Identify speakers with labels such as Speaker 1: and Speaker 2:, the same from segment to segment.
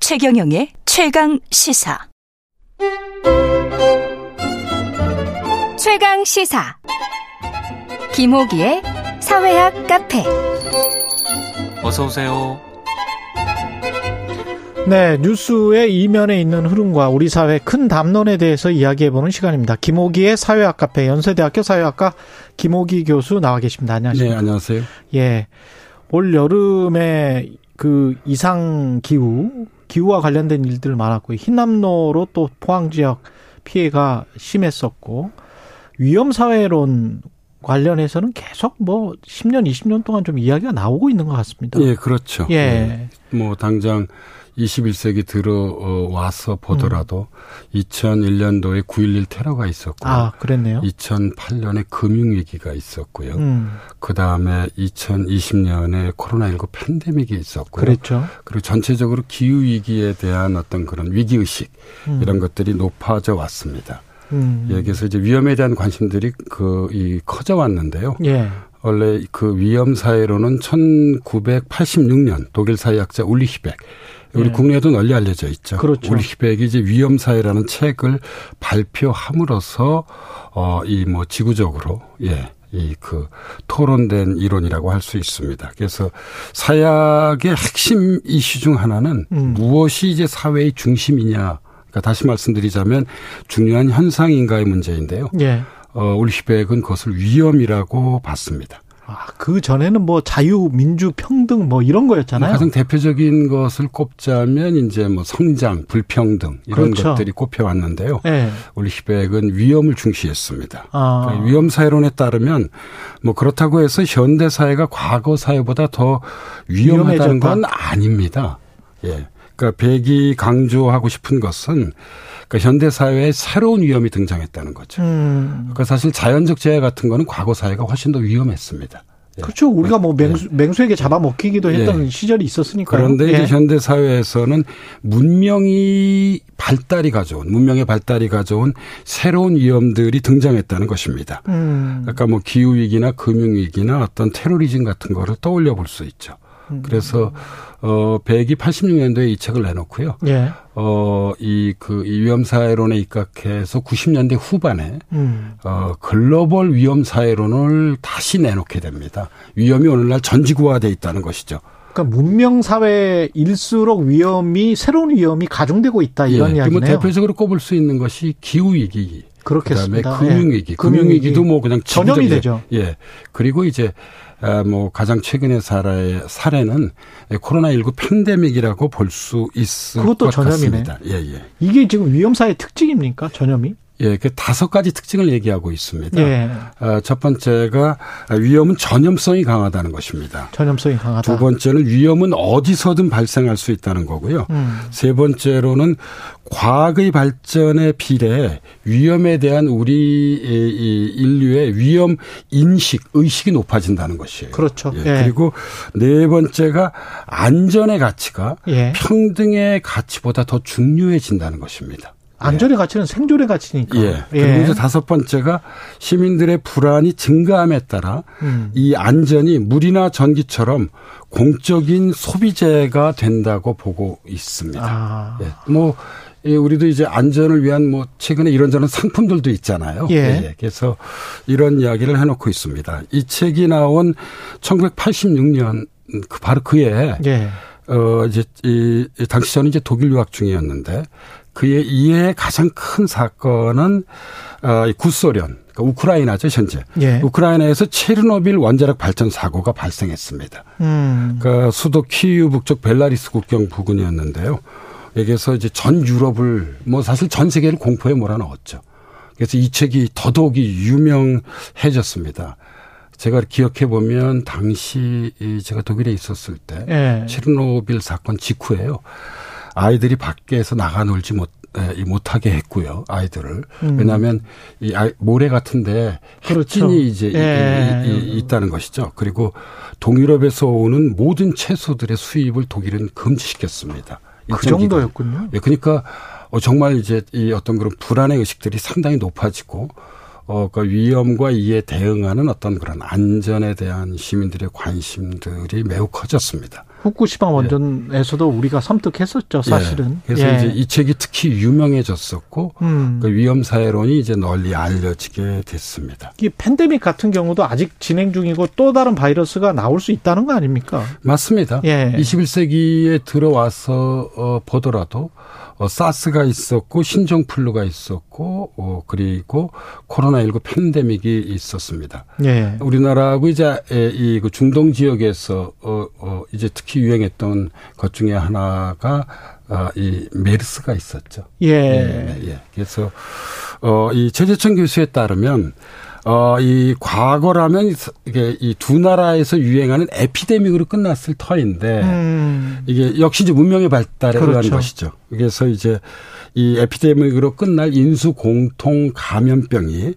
Speaker 1: 최경영의 최강 시사.
Speaker 2: 최강 시사 김호기의 사회학 카페
Speaker 3: 어서 오세요.
Speaker 4: 네, 뉴스의 이면에 있는 흐름과 우리 사회 큰 담론에 대해서 이야기해보는 시간입니다. 김호기의 사회학 카페 연세대학교 사회학과 김호기 교수 나와 계십니다.
Speaker 5: 네,
Speaker 4: 안녕하십니까?
Speaker 5: 안녕하세요.
Speaker 4: 예, 올 여름에 그 이상 기후, 기후와 관련된 일들 많았고 흰남로로 또 포항 지역 피해가 심했었고 위험 사회론 관련해서는 계속 뭐 10년, 20년 동안 좀 이야기가 나오고 있는 것 같습니다.
Speaker 5: 예, 그렇죠.
Speaker 4: 예.
Speaker 5: 예, 뭐 당장 21세기 들어와서 보더라도 2001년도에 9.11 테러가 있었고
Speaker 4: 음. 아, 그랬네요.
Speaker 5: 2008년에 금융위기가 있었고요.
Speaker 4: 음,
Speaker 5: 그 다음에 2020년에 코로나19 팬데믹이 있었고요.
Speaker 4: 그랬죠.
Speaker 5: 그리고 전체적으로 기후위기에 대한 어떤 그런 위기의식
Speaker 4: 음.
Speaker 5: 이런 것들이 높아져 왔습니다.
Speaker 4: 음.
Speaker 5: 예, 그래서 이제 위험에 대한 관심들이 그 이 커져 왔는데요.
Speaker 4: 예.
Speaker 5: 원래 그 위험 사회로는 1986년 독일 사회학자 울리히백 우리
Speaker 4: 예.
Speaker 5: 국내에도 널리 알려져 있죠.
Speaker 4: 그렇죠.
Speaker 5: 울리히백이 이제 위험 사회라는 책을 발표함으로써 어이 뭐 지구적으로 예. 이 그 토론된 이론이라고 할 수 있습니다. 그래서 사약의 핵심 이슈 중 하나는
Speaker 4: 음.
Speaker 5: 무엇이 이제 사회의 중심이냐. 그러니까 다시 말씀드리자면 중요한 현상인가의 문제인데요.
Speaker 4: 예.
Speaker 5: 어, 울리히백은 그것을 위험이라고 봤습니다.
Speaker 4: 아, 그 전에는 뭐 자유, 민주, 평등 뭐 이런 거였잖아요.
Speaker 5: 가장 대표적인 것을 꼽자면 이제 뭐 성장, 불평등 이런
Speaker 4: 그렇죠.
Speaker 5: 것들이 꼽혀왔는데요.
Speaker 4: 예.
Speaker 5: 울리히백은 위험을 중시했습니다.
Speaker 4: 아.
Speaker 5: 그러니까 위험 사회론에 따르면 뭐 그렇다고 해서 현대 사회가 과거 사회보다 더 위험하다는 건 아닙니다. 예. 그러니까 백이 강조하고 싶은 것은 그러니까 현대 사회에 새로운 위험이 등장했다는 거죠.
Speaker 4: 음.
Speaker 5: 그러니까 사실 자연적 재해 같은 거는 과거 사회가 훨씬 더 위험했습니다. 예.
Speaker 4: 그렇죠. 우리가 뭐 맹수, 맹수에게 잡아먹히기도 했던 시절이 있었으니까요.
Speaker 5: 그런데
Speaker 4: 예.
Speaker 5: 이제 현대 사회에서는 문명이 발달이 가져온 문명의 발달이 가져온 새로운 위험들이 등장했다는 것입니다.
Speaker 4: 음.
Speaker 5: 아까 뭐 기후 위기나 금융 위기나 어떤 테러리즘 같은 거를 떠올려 볼 수 있죠. 그래서 어 백이 86년도에 이 책을 내놓고요.
Speaker 4: 예.
Speaker 5: 어이그이 위험 사회론에 입각해서 90년대 후반에
Speaker 4: 음.
Speaker 5: 어, 글로벌 위험 사회론을 다시 내놓게 됩니다. 위험이 오늘날 전지구화돼 있다는 것이죠.
Speaker 4: 그러니까 문명 사회일수록 위험이 새로운 위험이 가중되고 있다 아, 이런
Speaker 5: 예, 뭐
Speaker 4: 이야기네요.
Speaker 5: 대표적으로 꼽을 수 있는 것이 기후 위기. 그다음에
Speaker 4: 그렇겠습니다.
Speaker 5: 금융위기.
Speaker 4: 예.
Speaker 5: 금융위기도 뭐 그냥
Speaker 4: 전염이
Speaker 5: 지구적인-
Speaker 4: 되죠.
Speaker 5: 예. 그리고 이제 아, 뭐 가장 최근의 사례 사례는 코로나 19 팬데믹이라고 볼 수 있을
Speaker 4: 그것도
Speaker 5: 것
Speaker 4: 전염이네.
Speaker 5: 같습니다. 예, 예.
Speaker 4: 이게 지금 위험 사회 특징입니까? 전염이?
Speaker 5: 예, 그 다섯 가지 특징을 얘기하고 있습니다.
Speaker 4: 예.
Speaker 5: 아, 첫 번째가 위험은 전염성이 강하다는 것입니다.
Speaker 4: 전염성이 강하다.
Speaker 5: 두 번째는 위험은 어디서든 발생할 수 있다는 거고요.
Speaker 4: 음.
Speaker 5: 세 번째로는 과학의 발전에 비례 위험에 대한 우리 이- 이 인류의 위험 인식, 의식이 높아진다는 것이에요.
Speaker 4: 그렇죠.
Speaker 5: 예,
Speaker 4: 예.
Speaker 5: 그리고 네 번째가 안전의 가치가
Speaker 4: 예.
Speaker 5: 평등의 가치보다 더 중요해진다는 것입니다.
Speaker 4: 안전의 가치는 생존의 가치니까.
Speaker 5: 예. 그리고 이제 다섯 번째가 시민들의 불안이 증가함에 따라
Speaker 4: 음.
Speaker 5: 이 안전이 물이나 전기처럼 공적인 소비재가 된다고 보고 있습니다.
Speaker 4: 아.
Speaker 5: 예. 뭐 예, 우리도 이제 안전을 위한 뭐 최근에 이런저런 상품들도 있잖아요.
Speaker 4: 예.
Speaker 5: 그래서 이런 이야기를 해놓고 있습니다. 이 책이 나온 1986년 그 바로 그해
Speaker 4: 예.
Speaker 5: 어 이제 이, 이 당시 저는 이제 독일 유학 중이었는데 그의 이해의 가장 큰 사건은 어, 이 구소련 그러니까 우크라이나죠 현재
Speaker 4: 예.
Speaker 5: 우크라이나에서 체르노빌 원자력 발전 사고가 발생했습니다.
Speaker 4: 음.
Speaker 5: 그러니까 수도 키이우 북쪽 벨라리스 국경 부근이었는데요. 여기서 이제 전 유럽을 뭐 사실 전 세계를 공포에 몰아넣었죠. 그래서 이 책이 더더욱이 유명해졌습니다. 제가 기억해 보면 당시 이 제가 독일에 있었을 때
Speaker 4: 예.
Speaker 5: 체르노빌 사건 직후에요. 아이들이 밖에서 나가 놀지 못 에, 이 못하게 했고요 아이들을
Speaker 4: 음.
Speaker 5: 왜냐하면 이 아이- 모래 같은데
Speaker 4: 그렇죠.
Speaker 5: 핵진이 이제 이-
Speaker 4: 예.
Speaker 5: 이- 이- 이- 있다는 것이죠. 그리고 동유럽에서 오는 모든 채소들의 수입을 독일은 금지시켰습니다.
Speaker 4: 그
Speaker 5: 일정 기간.
Speaker 4: 정도였군요.
Speaker 5: 예, 그러니까 어, 정말 이제 이 어떤 그런 불안의 의식들이 상당히 높아지고 어, 그 위험과 이에 대응하는 어떤 그런 안전에 대한 시민들의 관심들이 매우 커졌습니다.
Speaker 4: 후쿠시마 원전에서도 우리가 섬뜩했었죠, 사실은.
Speaker 5: 예. 그래서 이제 이 책이 특히 유명해졌었고
Speaker 4: 음.
Speaker 5: 그 위험 사회론이 이제 널리 알려지게 됐습니다.
Speaker 4: 이 팬데믹 같은 경우도 아직 진행 중이고 또 다른 바이러스가 나올 수 있다는 거 아닙니까?
Speaker 5: 맞습니다.
Speaker 4: 예.
Speaker 5: 21세기에 들어와서 어, 보더라도 어, 사스가 있었고 신종플루가 있었고 어, 그리고 코로나19 팬데믹이 있었습니다.
Speaker 4: 예.
Speaker 5: 우리나라하고 이제 에, 이그 중동 지역에서 어, 어, 이제 특히 유행했던 것 중에 하나가 아, 이 메르스가 있었죠.
Speaker 4: 예.
Speaker 5: 예, 예. 그래서 어, 이 최재천 교수에 따르면 어, 이 과거라면 이게 이 두 나라에서 유행하는 에피데믹으로 끝났을 터인데
Speaker 4: 음.
Speaker 5: 이게 역시 이제 문명의 발달에
Speaker 4: 그렇죠.
Speaker 5: 의한 것이죠. 그래서 이제 이 에피데믹으로 끝날 인수 공통 감염병이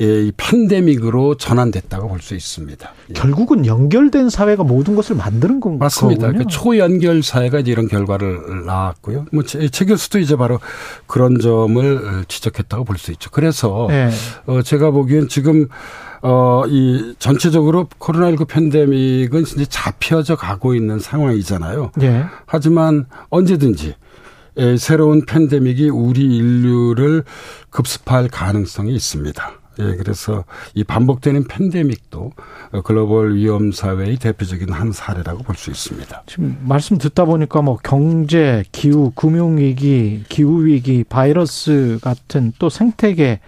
Speaker 5: 예, 이 팬데믹으로 전환됐다고 볼 수 있습니다. 예.
Speaker 4: 결국은 연결된 사회가 모든 것을 만드는 건
Speaker 5: 맞습니다.
Speaker 4: 거군요.
Speaker 5: 그 초연결 사회가 이제 이런 결과를 낳았고요. 뭐최 교수도 이제 바로 그런 점을 어, 지적했다고 볼 수 있죠. 그래서
Speaker 4: 예.
Speaker 5: 어, 제가 보기엔 지금, 어, 이 전체적으로 코로나19 팬데믹은 진짜 잡혀져 가고 있는 상황이잖아요.
Speaker 4: 예.
Speaker 5: 하지만 언제든지 에, 새로운 팬데믹이 우리 인류를 급습할 가능성이 있습니다. 예, 그래서 이 반복되는 팬데믹도 어, 글로벌 위험 사회의 대표적인 한 사례라고 볼 수 있습니다.
Speaker 4: 지금 말씀 듣다 보니까 뭐 경제, 기후, 금융 위기, 기후 위기, 바이러스 같은 또 생태계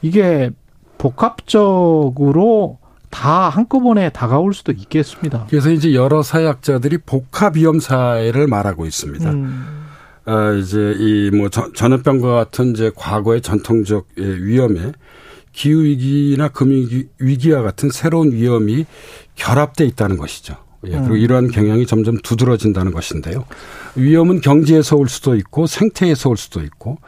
Speaker 4: 이게 복합적으로 다 한꺼번에 다가올 수도 있겠습니다.
Speaker 5: 그래서 이제 여러 사회학자들이 복합 위험 사회를 말하고 있습니다.
Speaker 4: 음,
Speaker 5: 아, 이제 이 뭐 전염병과 같은 이제 과거의 전통적 예, 위험에 기후 위기나 금융 위기와 같은 새로운 위험이 결합돼 있다는 것이죠. 예, 그리고 이러한 경향이 점점 두드러진다는 것인데요. 위험은 경제에서 올 수도 있고 생태에서 올 수도 있고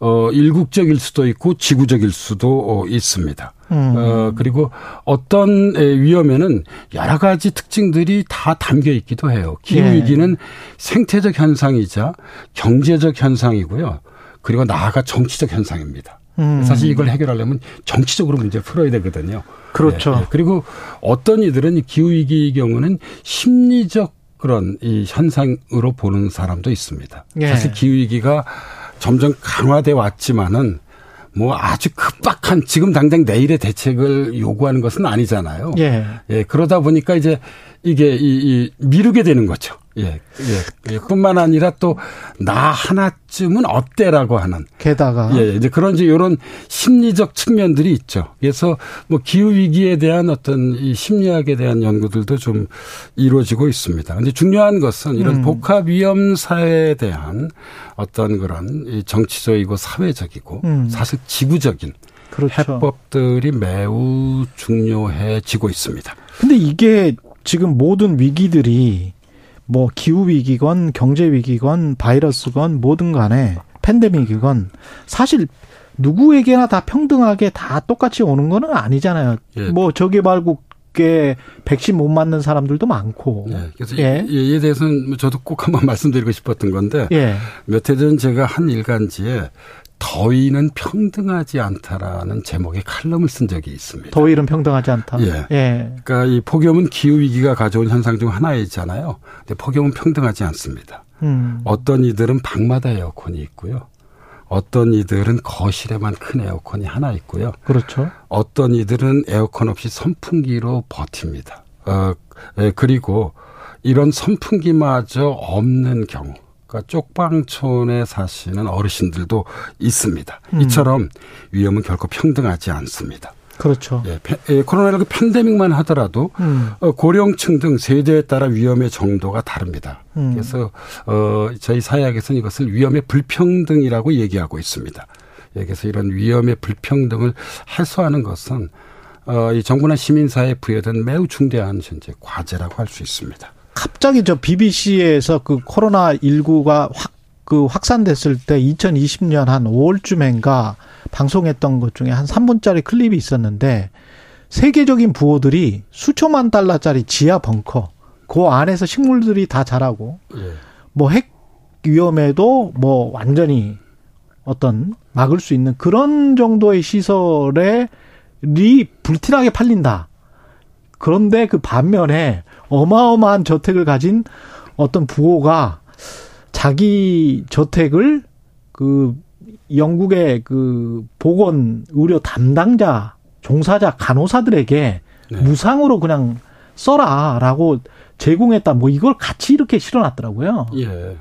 Speaker 5: 어 일국적일 수도 있고 지구적일 수도 어, 있습니다.
Speaker 4: 음.
Speaker 5: 어 그리고 어떤 에, 위험에는 여러 가지 특징들이 다 담겨 있기도 해요. 기후
Speaker 4: 예.
Speaker 5: 위기는 는 생태적 현상이자 경제적 현상이고요. 그리고 나아가 정치적 현상입니다.
Speaker 4: 음.
Speaker 5: 사실 이걸 해결하려면 정치적으로 문제 풀어야 되거든요.
Speaker 4: 그렇죠.
Speaker 5: 예, 예. 그리고 어떤 이들은 이 기후 위기의 경우는 심리적 그런 이 현상으로 보는 사람도 있습니다.
Speaker 4: 예.
Speaker 5: 사실 기후 위기가 점점 강화돼 왔지만은 뭐 아주 급박한 지금 당장 내일의 대책을 요구하는 것은 아니잖아요.
Speaker 4: 예.
Speaker 5: 예, 그러다 보니까 이제 이게 이, 이 미루게 되는 거죠. 예, 예, 예. 뿐만 아니라 또 나 하나쯤은 어때라고 하는
Speaker 4: 게다가
Speaker 5: 예, 이제 그런 이제 이런 심리적 측면들이 있죠. 그래서 뭐 기후 위기에 대한 어떤 이 심리학에 대한 연구들도 좀 이루어지고 있습니다. 근데 중요한 것은 이런
Speaker 4: 음.
Speaker 5: 복합 위험 사회에 대한 어떤 그런 이 정치적이고 사회적이고
Speaker 4: 음.
Speaker 5: 사실 지구적인
Speaker 4: 그렇죠.
Speaker 5: 해법들이 매우 중요해지고 있습니다.
Speaker 4: 근데 이게 지금 모든 위기들이 뭐 기후 위기건 경제 위기건 바이러스건 뭐든 간에 팬데믹이건 사실 누구에게나 다 평등하게 다 똑같이 오는 거는 아니잖아요.
Speaker 5: 예.
Speaker 4: 뭐 저개발국에 백신 못 맞는 사람들도 많고.
Speaker 5: 예, 그래서
Speaker 4: 예.
Speaker 5: 이- 이에 대해서는 뭐 저도 꼭 한번 말씀드리고 싶었던 건데
Speaker 4: 예.
Speaker 5: 몇 해 전 제가 한 일간지에 더위는 평등하지 않다라는 제목의 칼럼을 쓴 적이 있습니다.
Speaker 4: 더위는 평등하지 않다.
Speaker 5: 예.
Speaker 4: 예.
Speaker 5: 그러니까 이 폭염은 기후 위기가 가져온 현상 중 하나이잖아요. 근데 폭염은 평등하지 않습니다.
Speaker 4: 음.
Speaker 5: 어떤 이들은 방마다 에어컨이 있고요. 어떤 이들은 거실에만 큰 에어컨이 하나 있고요.
Speaker 4: 그렇죠.
Speaker 5: 어떤 이들은 에어컨 없이 선풍기로 버팁니다. 어, 예, 그리고 이런 선풍기마저 없는 경우, 그러니까 쪽방촌에 사시는 어르신들도 있습니다. 이처럼 위험은 결코 평등하지 않습니다.
Speaker 4: 그렇죠.
Speaker 5: 예, 팬- 예, 코로나19 팬데믹만 하더라도
Speaker 4: 음.
Speaker 5: 어, 고령층 등 세대에 따라 위험의 정도가 다릅니다.
Speaker 4: 음.
Speaker 5: 그래서 어, 저희 사회학에서는 이것을 위험의 불평등이라고 얘기하고 있습니다. 예, 그래서 이런 위험의 불평등을 해소하는 것은 어, 이 정부나 시민사회에 부여된 매우 중대한 현재 과제라고 할 수 있습니다.
Speaker 4: 갑자기 저 BBC에서 그 코로나 19가 확 그 확산됐을 때 2020년 한 5월쯤엔가 방송했던 것 중에 한 3분짜리 클립이 있었는데 세계적인 부호들이 수천만 달러짜리 지하 벙커 그 안에서 식물들이 다 자라고
Speaker 5: 예.
Speaker 4: 뭐 핵 위험에도 뭐 완전히 어떤 막을 수 있는 그런 정도의 시설에리 불티나게 팔린다. 그런데 그 반면에 어마어마한 저택을 가진 어떤 부호가 자기 저택을 그 영국의 그 보건 의료 담당자 종사자 간호사들에게 네. 무상으로 그냥 써라라고 제공했다 뭐 이걸 같이 이렇게 실어놨더라고요.
Speaker 5: 예.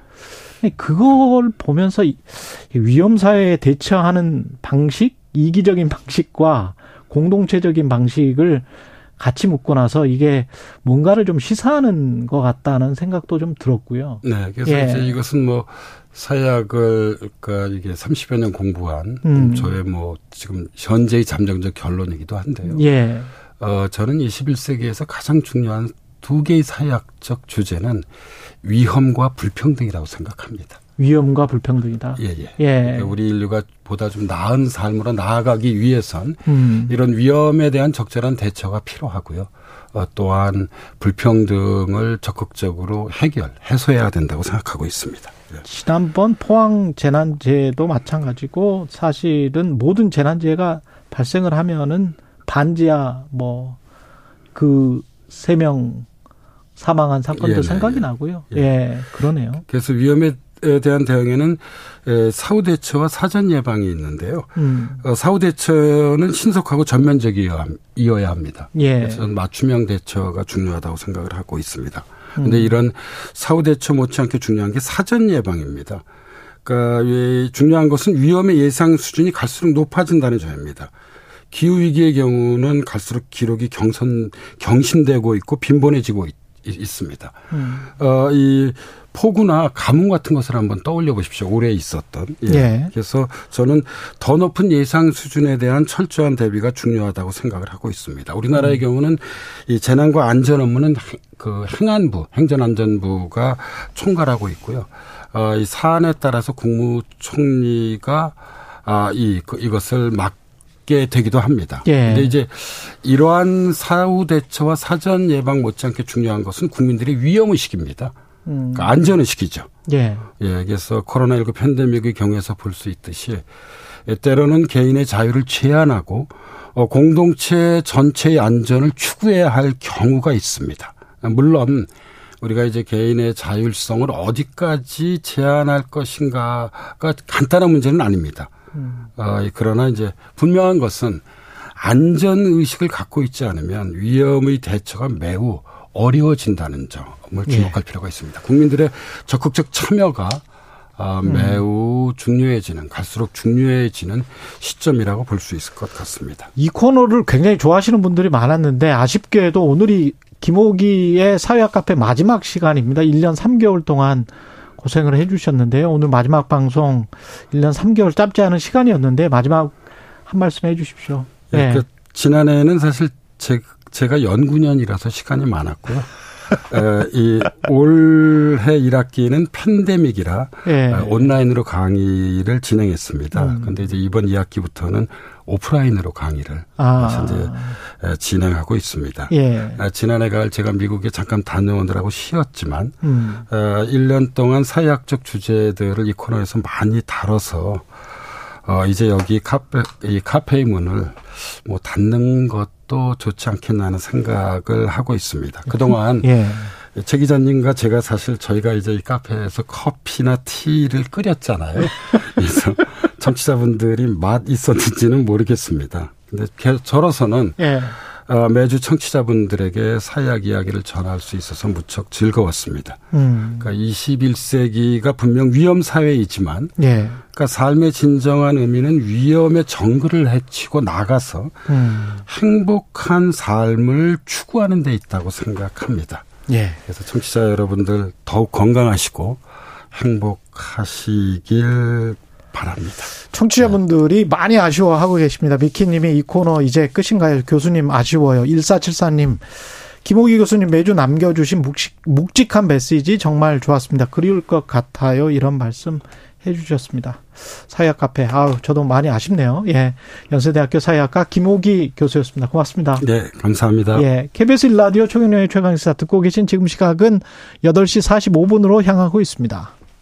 Speaker 4: 그걸 보면서 위험 사회에 대처하는 방식, 이기적인 방식과 공동체적인 방식을 같이 묻고 나서 이게 뭔가를 좀 시사하는 것 같다는 생각도 좀 들었고요.
Speaker 5: 네, 그래서 예. 이제 이것은 뭐 사약을 그러니까 이게 30여 년 공부한 음. 저의 뭐 지금 현재의 잠정적 결론이기도 한데요.
Speaker 4: 예.
Speaker 5: 어, 저는 21세기에서 가장 중요한 두 개의 사약적 주제는 위험과 불평등이라고 생각합니다.
Speaker 4: 위험과 불평등이다.
Speaker 5: 예, 예. 예.
Speaker 4: 네.
Speaker 5: 우리 인류가 보다 좀 나은 삶으로 나아가기 위해선 음. 이런 위험에 대한 적절한 대처가 필요하고요. 어, 또한 불평등을 적극적으로 해결, 해소해야 된다고 생각하고 있습니다.
Speaker 4: 예. 지난번 포항 재난재해도 마찬가지고 사실은 모든 재난재해가 발생을 하면은 반지하 뭐 뭐그 세 명 사망한 사건도 예, 생각이 예, 나고요. 예. 예. 그러네요.
Speaker 5: 그래서 위험에 대한 대응에는 사후 대처와 사전 예방이 있는데요. 음. 사후 대처는 신속하고 전면적이어야 합니다.
Speaker 4: 예.
Speaker 5: 그래서 저는 맞춤형 대처가 중요하다고 생각을 하고 있습니다. 그런데 음. 이런 사후 대처 못지않게 중요한 게 사전 예방입니다. 그러니까 중요한 것은 위험의 예상 수준이 갈수록 높아진다는 점입니다. 기후 위기의 경우는 갈수록 기록이 경선 경신되고 있고 빈번해지고 있, 습니다 음. 어, 이 폭우나 가뭄 같은 것을 한번 떠올려 보십시오. 올해 있었던. 예. 예. 그래서 저는 더 높은 예상 수준에 대한 철저한 대비가 중요하다고 생각을 하고 있습니다. 우리나라의 음. 경우는 이 재난과 안전 업무는 그 행안부, 행정안전부가 총괄하고 있고요. 어, 이 사안에 따라서 국무총리가 아, 이, 그, 이것을 막 되기도 합니다. 예. 근데 이제 이러한 사후 대처와 사전 예방 못지않게 중요한 것은 국민들의 위험 의식입니다. 음. 그러니까 안전 의식이죠.
Speaker 4: 예.
Speaker 5: 예. 그래서 코로나19 팬데믹의 경우에서 볼 수 있듯이 때로는 개인의 자유를 제한하고 어, 공동체 전체의 안전을 추구해야 할 경우가 있습니다. 물론 우리가 이제 개인의 자율성을 어디까지 제한할 것인가가 간단한 문제는 아닙니다. 아, 그러나 이제 분명한 것은 안전 의식을 갖고 있지 않으면 위험의 대처가 매우 어려워진다는 점을 주목할 예. 필요가 있습니다. 국민들의 적극적 참여가 아, 매우 음. 중요해지는 갈수록 중요해지는 시점이라고 볼 수 있을 것 같습니다.
Speaker 4: 이 코너를 굉장히 좋아하시는 분들이 많았는데 아쉽게도 오늘이 김호기의 사회학 카페 마지막 시간입니다. 1년 3개월 동안 고생을 해주셨는데요. 오늘 마지막 방송 1년 3개월 짧지 않은 시간이었는데 마지막 한 말씀 해주십시오.
Speaker 5: 예. 네. 그러니까 지난해에는 사실 제, 제가 연구년이라서 시간이 많았고요. 에, 이 올해 1학기는 팬데믹이라 예. 온라인으로 강의를 진행했습니다. 음. 근데 이제 이번 2학기부터는 오프라인으로 강의를 아. 이제 진행하고 있습니다. 아,
Speaker 4: 예.
Speaker 5: 지난해 가을 제가 미국에 잠깐 다녀오느라고 쉬었지만 음. 1년 동안 사회학적 주제들을 이 코너에서 많이 다뤄서 어, 이제 여기 카페, 이 카페의 문을 뭐 닫는 것도 좋지 않겠나 하는 생각을 하고 있습니다. 그동안. 예. 최 기자님과 제가 사실 저희가 이제 이 카페에서 커피나 티를 끓였잖아요. 그래서 청취자분들이 맛 있었는지는 모르겠습니다. 근데 저로서는 예. 매주 청취자분들에게 사약 이야기를 전할 수 있어서 무척 즐거웠습니다. 음. 그러니까 21세기가 분명 위험 사회이지만, 예. 그러니까 삶의 진정한 의미는 위험의 정글을 헤치고 나가서 음. 행복한 삶을 추구하는 데 있다고 생각합니다.
Speaker 4: 예.
Speaker 5: 그래서 청취자 여러분들 더욱 건강하시고 행복하시길 바랍니다.
Speaker 4: 청취자분들이 네. 많이 아쉬워하고 계십니다. 미키님이 이 코너 이제 끝인가요? 교수님 아쉬워요. 1474님. 김호기 교수님 매주 남겨주신 묵직, 묵직한 메시지 정말 좋았습니다. 그리울 것 같아요. 이런 말씀 해주셨습니다. 사회학 카페. 아우, 저도 많이 아쉽네요. 예. 연세대학교 사회학과 김호기 교수였습니다. 고맙습니다.
Speaker 5: 네, 감사합니다.
Speaker 4: 예. KBS 일라디오 총영의 최강시사 듣고 계신 지금 시각은 8시 45분으로 향하고 있습니다.